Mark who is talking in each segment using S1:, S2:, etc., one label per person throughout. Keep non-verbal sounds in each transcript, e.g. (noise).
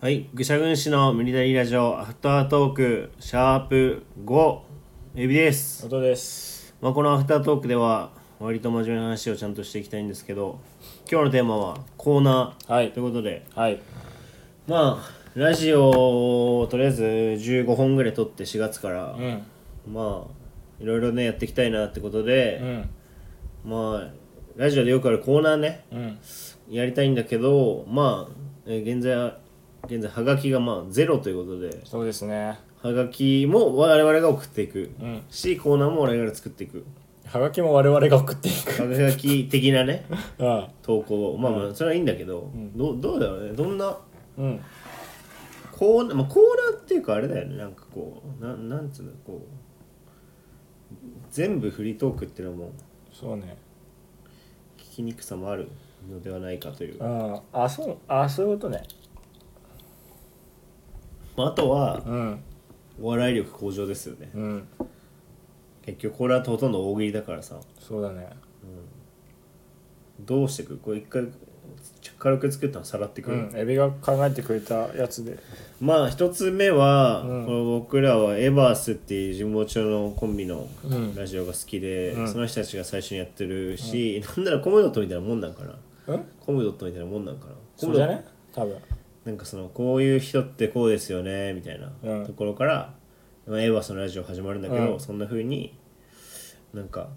S1: はい、愚者軍師の無理だりラジオアフタートークシャープ5エビです、
S2: 音です
S1: まあ、このアフタートークでは割と真面目な話をちゃんとしていきたいんですけど今日のテーマはコーナ
S2: は
S1: ー
S2: い
S1: ということで
S2: はい
S1: まあラジオをとりあえず15本ぐらい撮って4月から、
S2: うん
S1: まあいろいろねやっていきたいなってことで
S2: う、ん
S1: まあラジオでよくあるコーナーね
S2: うん
S1: やりたいんだけどまあえー現在は現在はがきがまあゼロということで
S2: そうですね
S1: はがきも我々が送っていく、
S2: うん
S1: しコーナーも我々が作っていく
S2: はがきも我々が送ってい
S1: は
S2: く
S1: がき的な (laughs) ね
S2: うん
S1: 投稿をまあまあそれはいいんだけど、どうどうだろうねどんな
S2: うん
S1: コーナー、まあ、コーナーっていうかあれだよねなんかこうななんつうのこう全部フリートークっていうのも
S2: そうね
S1: 聞きにくさもあるのではないかという、
S2: うんあそうあそういうことね
S1: まあ、あとは
S2: うん
S1: お笑い力向上ですよね
S2: うん
S1: 結局コーナーってほとんど大喜利だからさ
S2: そうだね
S1: どうしてくこれ一回軽く作ったのさらってく
S2: う
S1: る、
S2: んエビが考えてくれたやつで
S1: まあ一つ目は、
S2: うん
S1: これ僕らはエバースっていう神保町のコンビの
S2: うん
S1: ラジオが好きで、
S2: うん
S1: その人たちが最初にやってるし、なんならコムドットみたいなもんなんかな
S2: うん
S1: コムドットみたいなもんなんかなコ
S2: そう
S1: ム
S2: じ
S1: ド
S2: ゃ
S1: ット
S2: ね多分
S1: なんかそのこういう人ってこうですよねみたいな
S2: うん
S1: ところから、まあエバースのラジオ始まるんだけど、
S2: うん
S1: そんな風になんか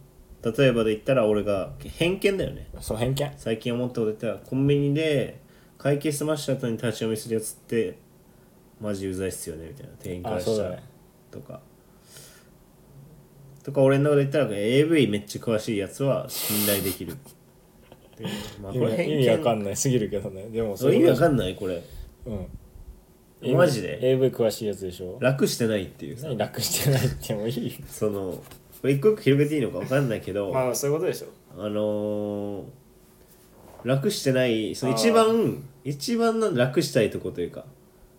S1: 例えばで言ったら俺が偏見だよね
S2: そう偏見
S1: 最近思ったこと言ったらコンビニで会計済ました後に立ち読みするやつってマジうざいっすよねみたいな店員から
S2: あそ
S1: し
S2: う
S1: た
S2: だ
S1: ら、
S2: ね
S1: とかとか俺の中で言ったら AV めっちゃ詳しいやつは信頼できるっていうまあ
S2: 意
S1: これ
S2: 味
S1: 偏見
S2: 意味わかんないすぎるけどねでも
S1: そう意味わ
S2: ん
S1: かんないこれ
S2: うん
S1: マジで
S2: AV 詳しいやつでしょ
S1: 楽してないっていうさ
S2: 何楽してないってもい (laughs) い
S1: そのこれ一個一個広げていいのかわかんないけど、
S2: あそういうことでしょ
S1: あのー楽してないその
S2: あー
S1: 一番一番なん楽したいとこというか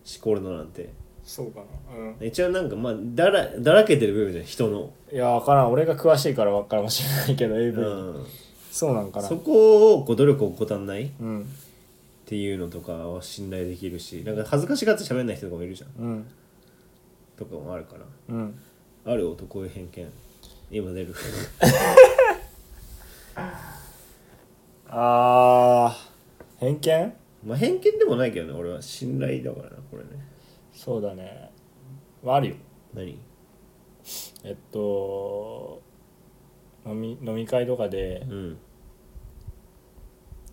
S1: しこるのなんて
S2: そうかなうん
S1: 一応なんかまあだらだらけてる部分じゃん人の、
S2: いや分からん俺が詳しいから分からんかもしれないけど AV、
S1: うん、
S2: そうなんかな
S1: そこをこう努力を怠んないっ
S2: うん
S1: ていうのとかは信頼できるしなんか恥ずかしがって喋んない人とかもいるじゃん
S2: うん
S1: とかもあるから
S2: うん
S1: ある男へ偏見今出る (laughs)
S2: あー偏見
S1: まあ偏見でもないけどね俺は信頼だからなこれね
S2: そうだねまああるよ
S1: 何
S2: えっと飲み飲み会とかで
S1: うん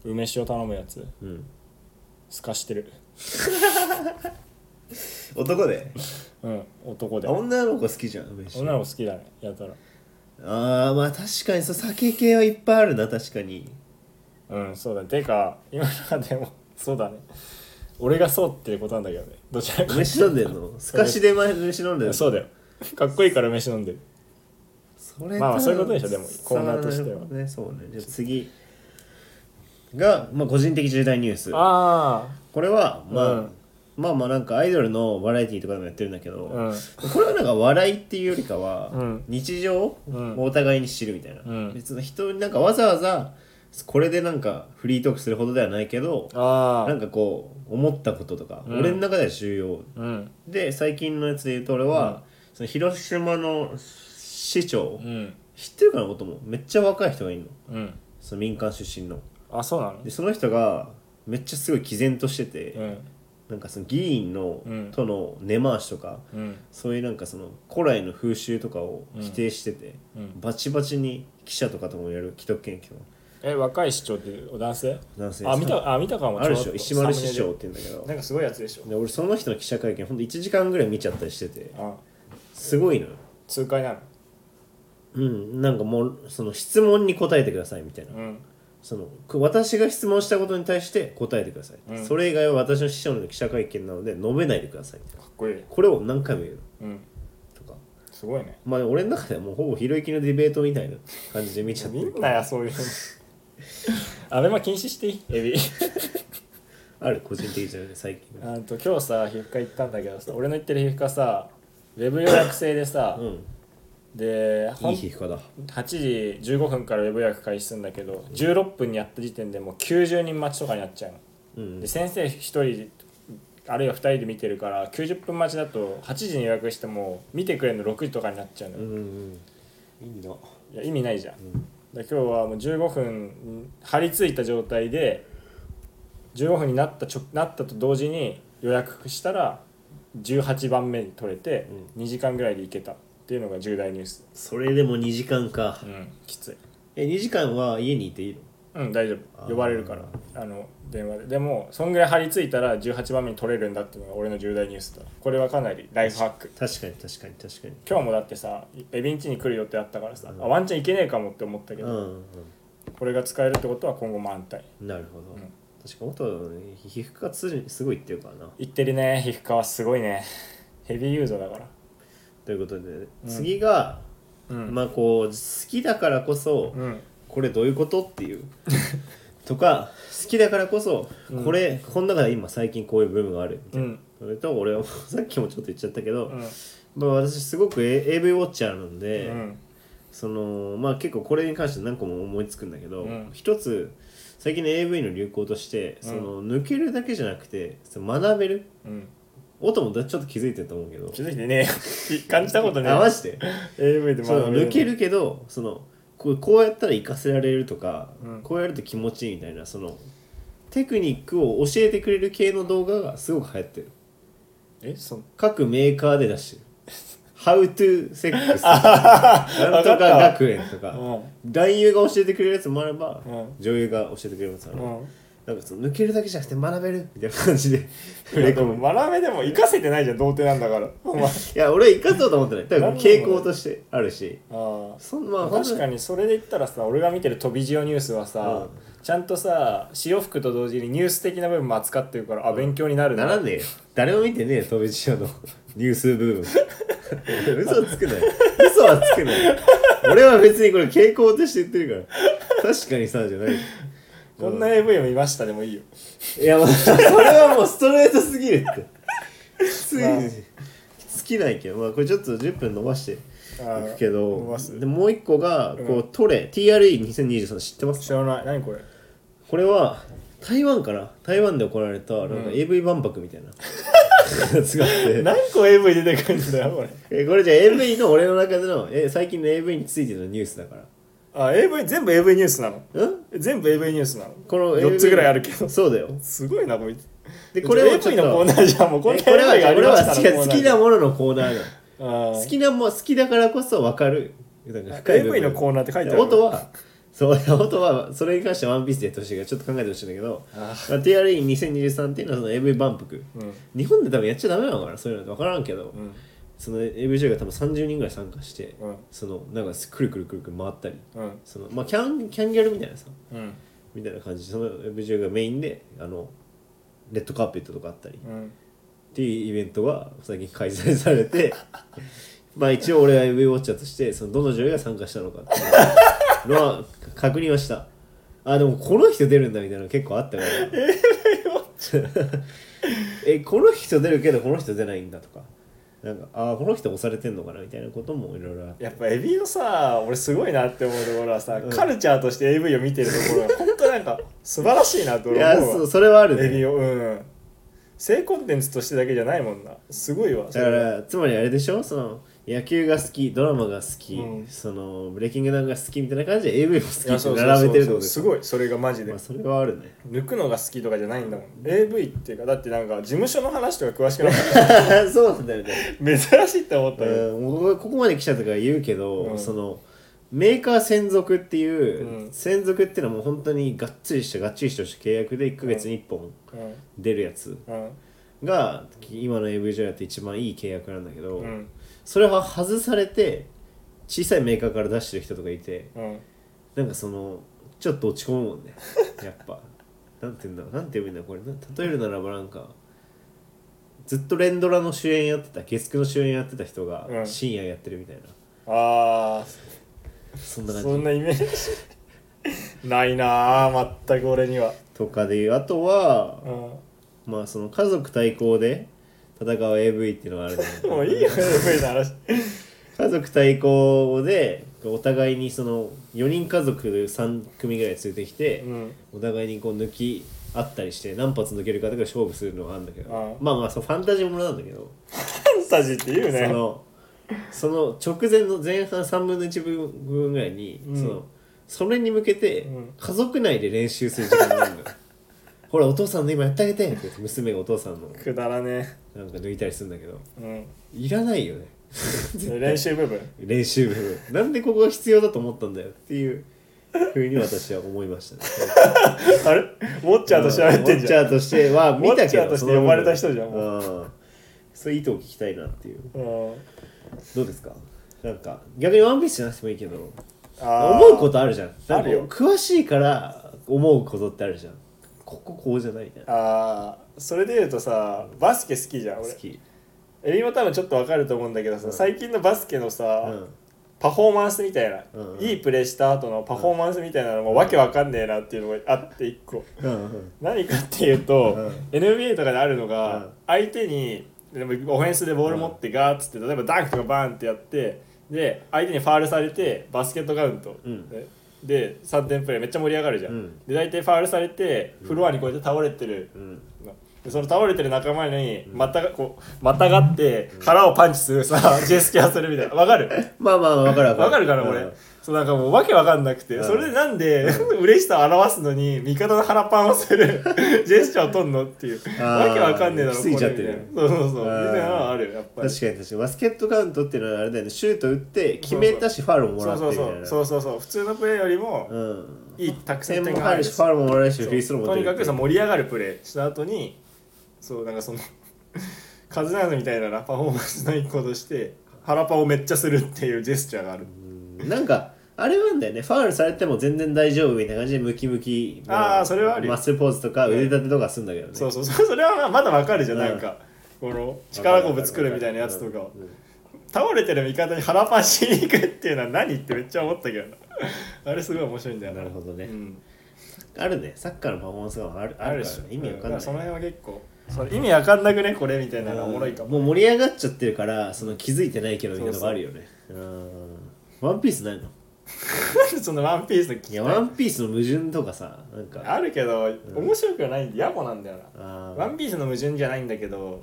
S2: 梅酒を頼むやつ
S1: うん
S2: すかしてる
S1: 男で
S2: うん男で女
S1: 女の子好きじゃん梅酒
S2: の子好きだねやたら
S1: あーまあ確かにそう酒系はいっぱいあるな確かに
S2: うんそうだねてか今の中でもそうだね俺がそうっていうことなんだけどねどちらか
S1: 梅酒飲んでん
S2: (laughs)
S1: のすかしで梅酒飲んでんの
S2: そうだよかっこいいから梅酒飲んでる
S1: それ
S2: まあまあ
S1: と
S2: そういうことでしょでもコーナーとしては
S1: なるほどねそうねじゃあ次が、まあ、個人的重大ニュース
S2: あ
S1: これは、まあ
S2: うん
S1: まあまあなんかアイドルのバラエティーとかでもやってるんだけど、
S2: あうん
S1: これはなんか笑いっていうよりかは、
S2: うん
S1: 日常を
S2: うん
S1: お互いに知るみたいな、
S2: うん
S1: 別の人になんかわざわざこれでなんかフリートークするほどではないけど
S2: あ
S1: な
S2: あ
S1: んかこう思ったこととか、
S2: うん
S1: 俺の中では重要
S2: うん
S1: で最近のやつで言うと俺は、その広島の市長、
S2: うん
S1: 知ってるかなこともめっちゃ若い人がいるの
S2: うん
S1: その民間出身の
S2: あそうなの
S1: でその人がめっちゃすごい毅然としてて、
S2: うん
S1: なんかその議員の、
S2: うん
S1: との根回しとか
S2: うん
S1: そういうなんかその古来の風習とかを否定してて、
S2: うん
S1: バチバチに記者とかともやる既得権益の
S2: え若い市長っていう男性
S1: 男性
S2: あ見たあ見たかも
S1: あるでし
S2: ち
S1: ょ
S2: ょっと
S1: 石丸市長って言うんだけ
S2: サム
S1: ど
S2: ネでなんかすごいやつでしょ
S1: で俺その人の記者会見ほんと1時間ぐらい見ちゃったりしてて
S2: あ
S1: すごいのよ
S2: 痛快なの
S1: うんなんかもうその質問に答えてくださいみたいな
S2: うん
S1: そのく私が質問したことに対して答えてください、
S2: うん
S1: それ以外は私の師匠の記者会見なので述べないでください
S2: かっこいい
S1: これを何回も言うの
S2: うん
S1: とか
S2: すごいね
S1: まあ俺の中ではもうほぼひろゆきのディベートみたいな感じで見ちゃって
S2: み
S1: る
S2: んなやそういうの (laughs) アベマ禁止していいエビ
S1: ある個人的じゃない最近
S2: (laughs) あんと今日さ皮膚科行ったんだけどさ俺の行ってる皮膚科さウェブ予約制でさ、
S1: うん
S2: でほ
S1: い
S2: ん
S1: い皮膚科だ
S2: 8時15分からウェブ予約開始するんだけど16分にやった時点でもう90人待ちとかになっちゃうの
S1: うん
S2: で先生1人あるいは2人で見てるから90分待ちだと8時に予約しても見てくれるの6時とかになっちゃうの
S1: う
S2: よ、
S1: んうんいいんだう
S2: いや意味ないじゃん、
S1: ん
S2: だから今日はもう15分張り付いた状態で15分になったちょなったと同時に予約したら18番目に取れて2時間ぐらいで行けたっていうのが重大ニュース
S1: それでも2時間か
S2: うんきつい
S1: え2時間は家にいていいの
S2: うん大丈
S1: あ
S2: 夫
S1: ー
S2: 呼ばれるからあの電話ででもそんぐらい張り付いたら18番目に取れるんだっていうのが俺の重大ニュースだこれはかなりライフハック
S1: 確かに確かに確かに
S2: 今日もだってさエビンチに来る予定あったからさ、
S1: うん
S2: あワンチャン行けねえかもって思ったけ
S1: う
S2: ど、
S1: ん、
S2: これが使えるってことは今後も安泰
S1: うん、なるほど、
S2: うん
S1: 確か元皮膚科すすごいっていうからな
S2: 行ってるね皮膚科はすごいねヘビーユーザーだから
S1: ということで、次が、
S2: うん、
S1: まあこう好きだからこそ、
S2: うん、
S1: これどういうことって
S2: (laughs)
S1: いうとか好きだからこそ、
S2: うん
S1: これこの中で今最近こういう部分があるみたい
S2: う
S1: な、
S2: ん
S1: それと俺はも (laughs) うさっきもちょっと言っちゃったけど、
S2: うん
S1: まあ、私すごく A- AV ウォッチャーなん
S2: う
S1: で、
S2: ん
S1: そのまあ結構これに関して何個も思いつくんだけど、
S2: うん
S1: 一つ最近の AV の流行として
S2: うん
S1: その抜けるだけじゃなくてその学べる
S2: うん
S1: 音もだちょっと気づいてると思うけど
S2: 気づいてねえよ感じたことねえ
S1: あマジで
S2: AV で
S1: そう
S2: 学べ
S1: 抜けるけどそのこうこうやったら活かせられるとか、
S2: うん
S1: こうやると気持ちいいみたいなそのテクニックを教えてくれる系の動画がすごく流行ってる
S2: えそん
S1: 各メーカーで出してる「How to Sex」なん (laughs) とか
S2: (laughs)
S1: 学園と
S2: う
S1: か
S2: ん
S1: 男優が教えてくれるやつもあれば、
S2: うん
S1: 女優が教えてくれるやつもある、
S2: うん
S1: なんかその抜けるだけじゃなくて学べるみたいな感じで触れ
S2: で
S1: 込む
S2: も学べでも活かせてないじゃん童貞なんだからお前
S1: いや俺は活かそうと思ってない多分傾向としてあるし
S2: ああ
S1: そんまあ本当
S2: 確かにそれで言ったらさ俺が見てる飛び塩ニュースはさ、ちゃんとさ潮吹くと同時にニュース的な部分も扱ってるからあ勉強になる
S1: な
S2: な
S1: らねえよ誰も見てねえよ飛び地の (laughs) ニュース部分 (laughs) 嘘つくなよ嘘はつくなよ俺は別にこれ傾向として言ってるから確かにさじゃないよ
S2: こんな AV を見ましたでもいいよ
S1: いやまあそれはもうストレートすぎるってきつい、
S2: まあ
S1: 尽きないけどまあこれちょっと10分伸ばしてい
S2: あー
S1: くけど
S2: 伸ばす
S1: でもう一個がこう、
S2: うん
S1: トレ TRE2023 知ってます
S2: 知らない何これ
S1: これは台湾かな台湾で行われたなんか
S2: うん
S1: AV 万博みたい
S2: (laughs)
S1: な (laughs) やつがあって
S2: 何個 AV 出てくるんだよこれ
S1: えこれじゃあ AV の俺の中でのえ最近の AV についてのニュースだか
S2: あ AV 全部 AV ニュースなの
S1: らん
S2: 全部 AV ニュースなの
S1: この
S2: 4つぐらいあるけ
S1: AV
S2: ど
S1: そうだよ
S2: すごいなこいつ
S1: でこれをちょ
S2: AV
S1: っ
S2: のコー
S1: と
S2: ナーじゃんもうこん
S1: え
S2: な
S1: これは
S2: AV があり
S1: 俺
S2: ま
S1: は
S2: した
S1: 好き好きな
S2: も
S1: もののコーナーだ
S2: 好
S1: 好きなも好きだからこそ分かるなんか深い部分
S2: AV のコーナーって書いてある
S1: 音はそう音はそれに関してはワンピースでやってほしいからちょっと考えてほしいんだけど
S2: あ
S1: TRE2023 っていうのはその AV 万博
S2: うん
S1: 日本で多分やっちゃダメなのかなそういうの分からんけど
S2: うん
S1: その AV 女優が多分30人ぐらい参加して
S2: うん
S1: そのなんかくるくるくるくる回ったり
S2: うん
S1: そのまあキャンキャンギャルみたいなさ
S2: うん
S1: みたいな感じでそのウェブ中がメインであのレッドカーペットとかあったりっ
S2: うん
S1: ていうイベントが最近開催されて (laughs) まあ一応俺はウェブウォッチャーとしてそのどの女優が参加したのかっていうのは (laughs) 確認はしたあでもこの人出るんだみたいなの結構あったから (laughs) えこの人出るけどこの人出ないんだとかなんかああこの人押されてんのかなみたいなこともいろいろあって
S2: やっぱエビのさ俺すごいなって思うところはさ、
S1: うん
S2: カルチャーとして AV を見てると
S1: (laughs)
S2: ころが本当なんか素晴らしいなと
S1: い
S2: 俺
S1: や
S2: 思う
S1: そ
S2: わ
S1: うそれはある
S2: エビをうん性コンテンツとしてだけじゃないもんなすごいわそ
S1: だ
S2: れ
S1: か
S2: は
S1: らつまりあれでしょその野球が好きドラマが好き、
S2: うん
S1: そのブレイキングダウンが好きみたいな感じで AV も好き
S2: いや
S1: って
S2: そうそうそう
S1: 並べてるってことですす
S2: ごいそれがマジで
S1: まあそれはあるね
S2: 抜くのが好きとかじゃないんだもん AV っていうかだってなんか事務所の話とか詳しくなかっ (laughs)
S1: そうなんだよね、
S2: た珍しいって思ったよ、
S1: うん、もうここまで来ちゃったから言うけど、
S2: うん
S1: そのメーカー専属っていう、
S2: うん
S1: 専属っていうのはもう本当にがっつりしたがっちりとした契約で1ヶ月に1本
S2: うん
S1: 出るやつ
S2: うん
S1: が今の AV 上やって一番いい契約なんだけど、
S2: うん
S1: それは外されて小さいメーカーから出してる人とかいて、
S2: うん
S1: なんかそのちょっと落ち込むも
S2: (laughs)
S1: んねやっぱなんて言うんだろうなんて言うんだろうこれな例えるならばなんかずっと連ドラの主演やってた月9の主演やってた人が
S2: うん
S1: 深夜やってるみたいな、
S2: ああ
S1: そんな感じ
S2: そんなイメージないなあ全く俺には
S1: とかでいうあとは
S2: う、ん
S1: まあその家族対抗で戦う AV っていうのがあるじゃない
S2: もういいよ AV の話
S1: 家族対抗でお互いにその4人家族3組ぐらい連れてきて、
S2: うん
S1: お互いにこう抜きあったりして何発抜けるかとか勝負するのはあるんだけど
S2: ああ
S1: まあまあそうファンタジーものなんだけど、
S2: ファンタジーって言う
S1: そ
S2: ね
S1: のその直前の前半3分の1分ぐらいに、
S2: うん
S1: そのそれに向けて
S2: うん
S1: 家族内で練習する時間があるのよ (laughs) ほらお父さんの今やってあげてって言って娘がお父さんの
S2: くだらね
S1: なんか抜いたりするんだけど
S2: え、
S1: いらないよね
S2: うん、練習部分
S1: (laughs) 練習部分なんでここが必要だと思ったんだよっていうふうに私は思いましたね
S2: あれウォッチャーとして喋ってんじゃん
S1: ウォッチャーとしては見たけど
S2: ウォッチャーとして呼ばれた人じゃん
S1: その部分うんそういう意図を聞きたいなっていう
S2: うん
S1: どうですかなんか逆にワンピースじゃなくてもいいけど
S2: あー
S1: 思うことあるじゃんなん
S2: あ
S1: か
S2: るよ
S1: 詳しいから思うことってあるじゃんこここうじゃないみたいな
S2: あーそれで言うとさバスケ好きじゃん
S1: 好
S2: 俺
S1: き
S2: エビも多分ちょっとわかると思うんだけどさ、
S1: うん
S2: 最近のバスケの
S1: う
S2: さ、
S1: ん
S2: パフォーマンスみたいな、
S1: うんうん
S2: いいプレーした後のパフォーマンスみたいなのもわけわかんねえなっていうのがあって一個
S1: うんうん
S2: 何かっていうと、
S1: うん
S2: NBA とかであるのが、
S1: うん
S2: 相手にでもオフェンスでボール持ってガーッつって例えばダンクとかバーンってやってで相手にファールされてバスケットカウント、
S1: うん
S2: でで3点プレーめっちゃ盛り上がるじゃん、
S1: うん
S2: で大体ファールされてフロアにこうやって倒れてる
S1: うん
S2: でその倒れてる仲間にまたがこうまたがって腹をパンチするさジェスキャーするみたいなわかる
S1: まあまあわかるわかる
S2: わかるかな
S1: う
S2: 俺
S1: ん
S2: そうなんかもうわけわかんなく
S1: う
S2: て
S1: ん
S2: それでなんで (laughs) 嬉しさを表すのに味方の腹パンをする (laughs) ジェスチャーを取んのっていう
S1: あー
S2: わけわかんねえだろ
S1: きついちゃって
S2: これ
S1: る
S2: みたいなそうそうそうみ
S1: あー
S2: たいなのあるよやっぱり
S1: 確かに確かにバスケットカウントっていうのはあれだよねシュート打って決めたしファウルもも
S2: そ
S1: ら
S2: う
S1: って
S2: そ
S1: み
S2: う
S1: たい
S2: そう
S1: な
S2: そうそうそう普通のプレーよりも
S1: うん
S2: いいたくさん
S1: 点
S2: 点
S1: も
S2: が
S1: 入
S2: 入る
S1: る
S2: し
S1: しファウルももらえるし
S2: そう
S1: フリースローも
S2: とにかくさ
S1: も
S2: 盛り上がるプレーした後にそうなんかその (laughs) カズナーズみたいなパフォーマンスの一個として腹パンをめっちゃするっていうジェスチャーがある
S1: なんかあれなんだよねファウルされても全然大丈夫みたいな感じでムキムキの
S2: あーそれはあるよ
S1: マッスルポーズとか腕立てとかするんだけどね
S2: そうそうそう (laughs) それはまあまだわかるじゃん、
S1: うん
S2: なんかこの力こぶ作るみたいなやつとか
S1: うんうん
S2: 倒れてる味方に腹パンしに行くっていうのは何ってめっちゃ思ったけどな (laughs) あれすごい面白いんだよな
S1: なるほどね
S2: うん
S1: あるねサッカーのパフォーマンスがあるあ
S2: あ
S1: る
S2: る
S1: か
S2: し
S1: らね意味わかんない
S2: うだらその辺は結構それ意味わかんなくねこれみたいなのがおもろいかも
S1: もう盛り上がっちゃってるからその気づいてないけどみたいなのがあるよねうんワンピースないの
S2: (laughs) そのワンピースの聞き
S1: い
S2: た
S1: やワンピースの矛盾とかさなんか
S2: あるけど面白くはないんで野暮なんだよな
S1: あ
S2: ワ
S1: ー
S2: ンピースの矛盾じゃないんだけど、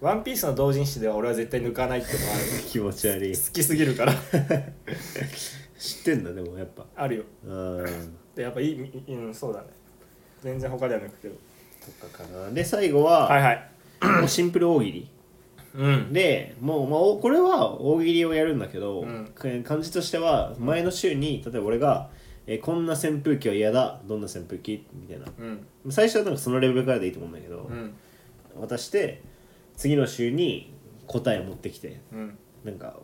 S2: ワンピースの同人誌では俺は絶対抜かないってのがあ
S1: (laughs)
S2: る。
S1: 気持ち悪い
S2: 好きすぎるから。 (laughs)
S1: 知ってんだでもやっぱ
S2: あるよ。 (laughs)
S1: うん
S2: で、やっぱいい、いいうん、そうだね。全然他では抜くけど。
S1: とかかなで最後は、
S2: はいはい。
S1: もうシンプル大喜利
S2: うん。
S1: でもう、まあお、これは大喜利をやるんだけど、
S2: うん
S1: え感じとしては前の週に例えば俺が、えーこんな扇風機は嫌だどんな扇風機?」みたいな
S2: うん。
S1: 最初はなんかそのレベルからでいいと思うんだけど、
S2: うん。
S1: 渡して次の週に答えを持ってきて
S2: うん。
S1: なんか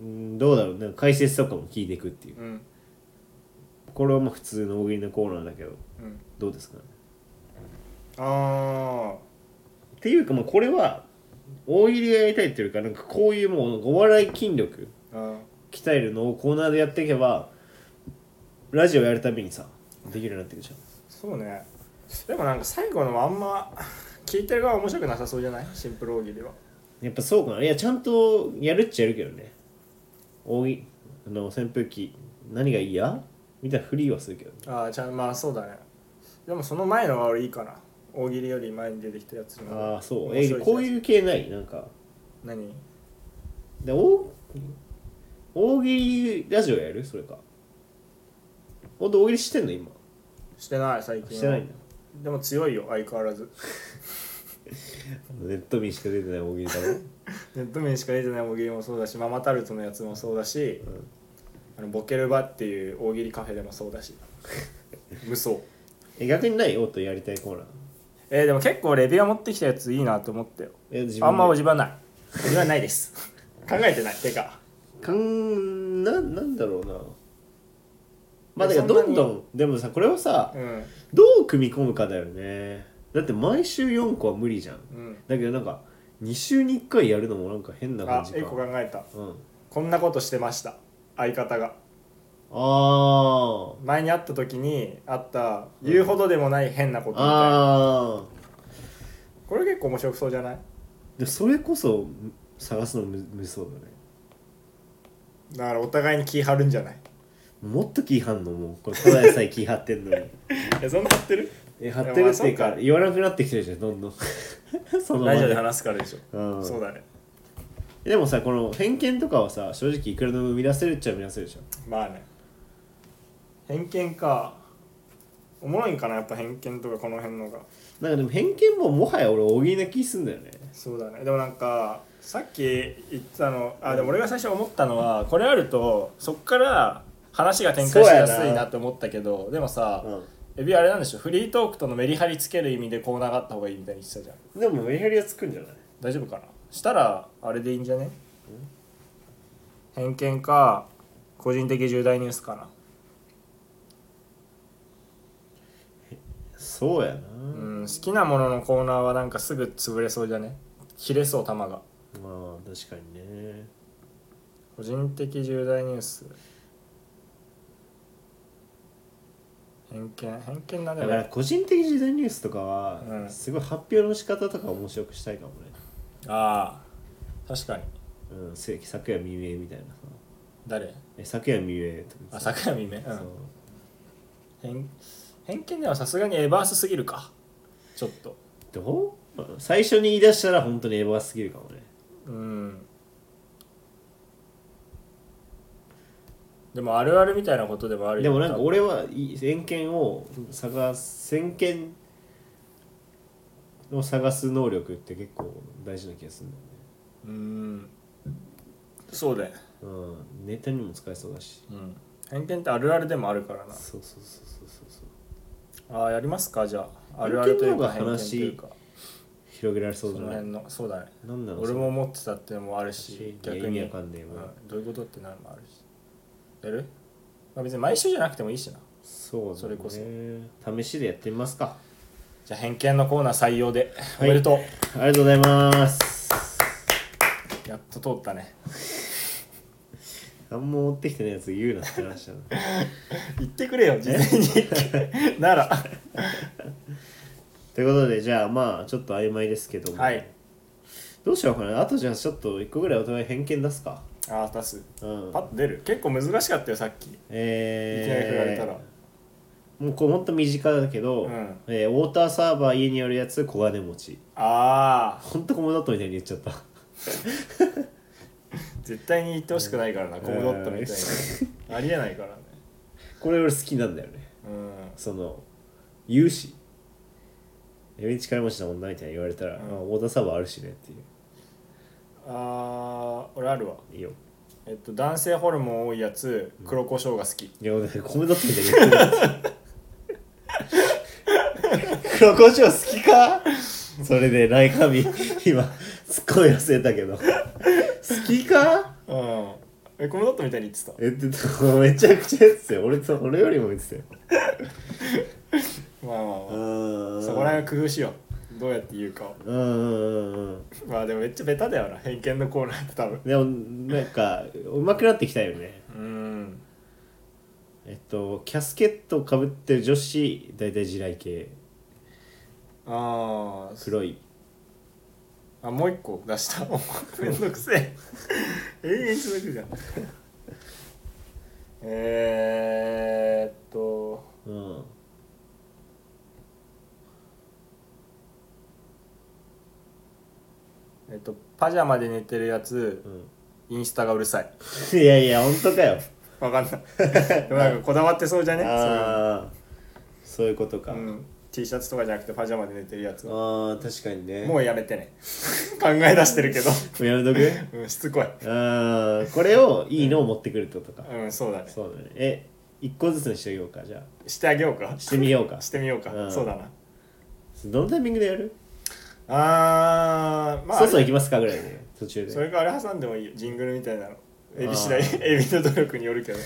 S1: うんどうだろうなんか解説とかも聞いていくっていう
S2: うん。
S1: これはまあ普通の大喜利のコーナーだけど
S2: うん。
S1: どうですかね
S2: あ
S1: っていうかもうこれは大喜利がやりたいっていうかなんかこういうもうお笑い筋力
S2: ーあ
S1: 鍛えるのをコーナーでやっていけばラジオやるたびにさできるようになってくるじゃ
S2: ー。そうね。でもなんか最後のもあんま、聞いてる側は面白くなさそうじゃないシンプル大喜利は。
S1: んやっぱそうかないやちゃんとやるっちゃやるけどね大喜あの扇風機何が嫌みたいなフリーはするけどね
S2: ああ、じゃあまあそうだね。でもその前のは俺いいかな。大喜利より前に出てきたやつの方が
S1: ああそう
S2: 面
S1: え
S2: 白い気がする
S1: こういう系ないなんか
S2: 何
S1: で大大喜利ラジオやるそれかほんと大喜利してんの今
S2: してない最近は
S1: してないんだ
S2: でも強いよ相変わらず
S1: ネット民しか出てない大喜利だろ
S2: ネット面しか出てない大喜利もそうだしママタルトのやつもそうだし、
S1: ん
S2: あのボケる場っていう大喜利カフェでもそう
S1: (laughs)
S2: だし無双
S1: え逆にないおっとやりたいコーナー
S2: えーでも結構レビュー持ってきたやついいなと思ったよ
S1: え自分で
S2: あんま自分はない自分はないです考えてないてか
S1: かんななんだろうなまあ
S2: い
S1: だ
S2: や
S1: からど
S2: そ
S1: ん
S2: んな
S1: ど
S2: に
S1: んでもさこれをさ
S2: うん
S1: どう組み込むかだよねだって毎週4個は無理じゃん
S2: うん
S1: だけどなんか2週に1回やるのもなんか変な感
S2: あ
S1: じ
S2: 一個考
S1: か
S2: えた
S1: うん、
S2: こんなことしてました相方が
S1: あー
S2: 前に会った時にあった言うほどでもない変なことみたいな
S1: あ
S2: これ結構面白そうじゃない
S1: ーでもそれこそむ探すのむ無理そうだね
S2: だからお互いに気張るんじゃない (laughs)
S1: もっと気張んのもうこれただでさえ気張ってんのに
S2: えそんな張ってる
S1: え貼ってるっていうか言わなくなってきてるじゃんどんどん (laughs) その場
S2: ラジオで
S1: で
S2: 話すからでしょ、
S1: うん
S2: そうだね
S1: でもさこの偏見とかはさ正直いくらでも生み出せるっちゃ生み出せるじゃん
S2: まあね偏見かおもろいんかなやっぱ偏見とかこの辺のが
S1: なんかでも偏見ももはや俺大喜利な気すんだよね
S2: そうだねでもなんかさっき言ってたのあでも俺が最初思ったのはこれあるとそっから話が展開しやすいなって思ったけどでもさ、エビあれなんでしょフリートークとのメリハリつける意味でコーナーがあった方がいいみたいに言ってたじゃん
S1: うんでもメリハリはつくんじゃない
S2: 大丈夫かなしたらあれでいいんじゃね偏見か個人的重大ニュースかな
S1: そうやな、
S2: うん好きなもののコーナーはなんかすぐ潰れそうじゃね切れそう玉が
S1: まあ確かにね
S2: 個人的重大ニュース偏見偏見なんだ
S1: だ
S2: よ
S1: から個人的時代ニュースとかは、
S2: うん
S1: すごい発表の仕方とか面白くしたいかもね、
S2: ああ確かに
S1: うん、せ昨夜未明みたいなさ
S2: 誰
S1: え昨夜未明と
S2: あ
S1: かさ
S2: 桜見目、う、
S1: そうん
S2: 偏偏見ではさすがにエバースすぎるかちょっと
S1: どうまあ最初に言い出したら本当にエヴァすぎるかもね
S2: うんでもあるあるみたいなことでもある
S1: で
S2: よ
S1: もなんか俺はい偏見を探す先見を探す能力って結構大事な気がするんだ
S2: うんそうだよ、
S1: よね、うん、ネタにも使えそうだし
S2: うん、偏見ってあるあるでもあるからな
S1: そうそうそうそうそうそう
S2: ああやりますかじゃああ
S1: 偏見
S2: るあるというか
S1: の方
S2: 偏
S1: が
S2: 見と
S1: 話
S2: いうか
S1: 広げられそ
S2: そ
S1: うじゃ
S2: の
S1: ない
S2: 辺のそうだね
S1: なんだろう
S2: 俺も思ってたっていうのもある
S1: いや
S2: し逆
S1: 意味
S2: に、う
S1: わかんねえもん
S2: ん、どういうことってなるのもあるしやる、まあ、別に毎週じゃなくてもいいしな
S1: そうだね
S2: それこそ
S1: 試しでやってみますか
S2: じゃあ偏見のコーナー採用で、
S1: はい
S2: おめでと
S1: ありがとうございます
S2: うやっと通ったね
S1: 何も持ってきてないやつ言うなって話だな
S2: (laughs) 言ってくれよ事前に (laughs) なら
S1: ということでじゃあまあちょっと曖昧ですけども、
S2: はい
S1: どうしようかなあとじゃあちょっと一個ぐらいお互い偏見出すか
S2: ああ出す
S1: うん
S2: パッと出る結構難しかったよさっきいきなり
S1: え
S2: 振
S1: ー、
S2: られたら、
S1: もうこうほんと身近だけど、
S2: うん
S1: えーウォーターサーバー家にあるやつ小金持ち
S2: ああ
S1: ほんとコモドットみたいに言っちゃった
S2: 絶対に言ってほしくないからな、コムドットみたいなありえないからね
S1: これ俺好きなんだよね
S2: うん
S1: その言うし「エビンチ金持ちの女」みたいに言われたら「
S2: うん
S1: あウォーターサーバーあるしね」っていう
S2: あー俺あるわ
S1: いいよ
S2: えっと男性ホルモン多いやつ黒胡椒が好き、
S1: いや、俺、米だってみたいに言ってるやつ。黒胡椒好きかそれで、ライカミ、今、すっごい忘れたけど。好きか
S2: うんえコムドットみたいに言ってた
S1: えってた、 (laughs) めちゃくちゃ言ってたよ。俺と、俺よりも言ってたよ。
S2: まあまあまあ、
S1: ん
S2: そこら辺は工夫しようどうやって言うかを
S1: うんうんうんうん。
S2: まあでもめっちゃベタだよな偏見のコーナーって多分
S1: でも、なんか、うまくなってきたよね。
S2: うん
S1: えっと、キャスケットをかぶってる女子、大体地雷系。
S2: あー
S1: 黒い。
S2: あもう一個出した (laughs) めんどくせえ永遠に続くじゃんえーっと
S1: うん。
S2: えっとパジャマで寝てるやつ
S1: うん。
S2: インスタがうるさい
S1: いやいや、本当か
S2: (laughs)
S1: よ。
S2: わかんない (laughs) でもなんかこだわってそうじゃね
S1: ああそういうことか、
S2: そういうのうん、T シャツとかじゃなくてパジャマで寝てるやつは
S1: ああ確かにね
S2: もうやめてね (laughs) 考え出してるけど、
S1: うやめとく
S2: うん、しつこい
S1: ああこれをいいのを持ってくるってことか、
S2: うんそうだね
S1: そうだねえ一個ずつにしてあげようかじゃ
S2: してあげようか
S1: あしてみようか
S2: (laughs) してみようか、
S1: うん
S2: そうだな
S1: どのタイミングでやる、
S2: あーまあ
S1: そろそろ行きますかぐらいで途中
S2: そ
S1: で
S2: れかあれ挟んでもいいよジングルみたいなのエビ次
S1: あ
S2: (laughs) 第
S1: ー
S2: エビの努力による (laughs) けど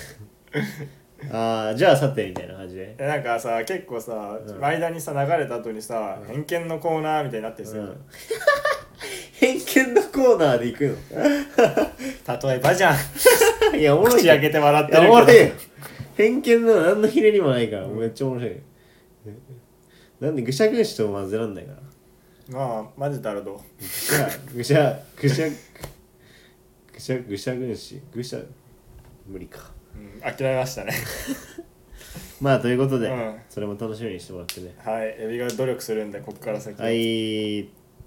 S1: ああじゃあさてみたいな感じで
S2: えなんかさ結構さ、
S1: うん
S2: 間にさ流れた後にさ、偏見のコーナーみたいになってるんです
S1: う
S2: よ、
S1: ん偏見のコーナーで行く
S2: 例えばじゃん
S1: の (laughs) いやおもろい
S2: 口開けて笑っ
S1: い
S2: てる
S1: や
S2: け
S1: おも
S2: ど
S1: ろいよ偏見なの何のひねりもないから、めっちゃおもろいよなんでぐしゃぐしゃと混ぜらんないから
S2: まあマジだろどう
S1: ぐしゃぐしゃぐしゃぐしゃぐしゃぐしゃぐしゃ無理か
S2: うん諦めましたね
S1: まあということで、
S2: うん
S1: それも楽しみにしてもらってね
S2: はいエビが努力するんでここから先は
S1: はい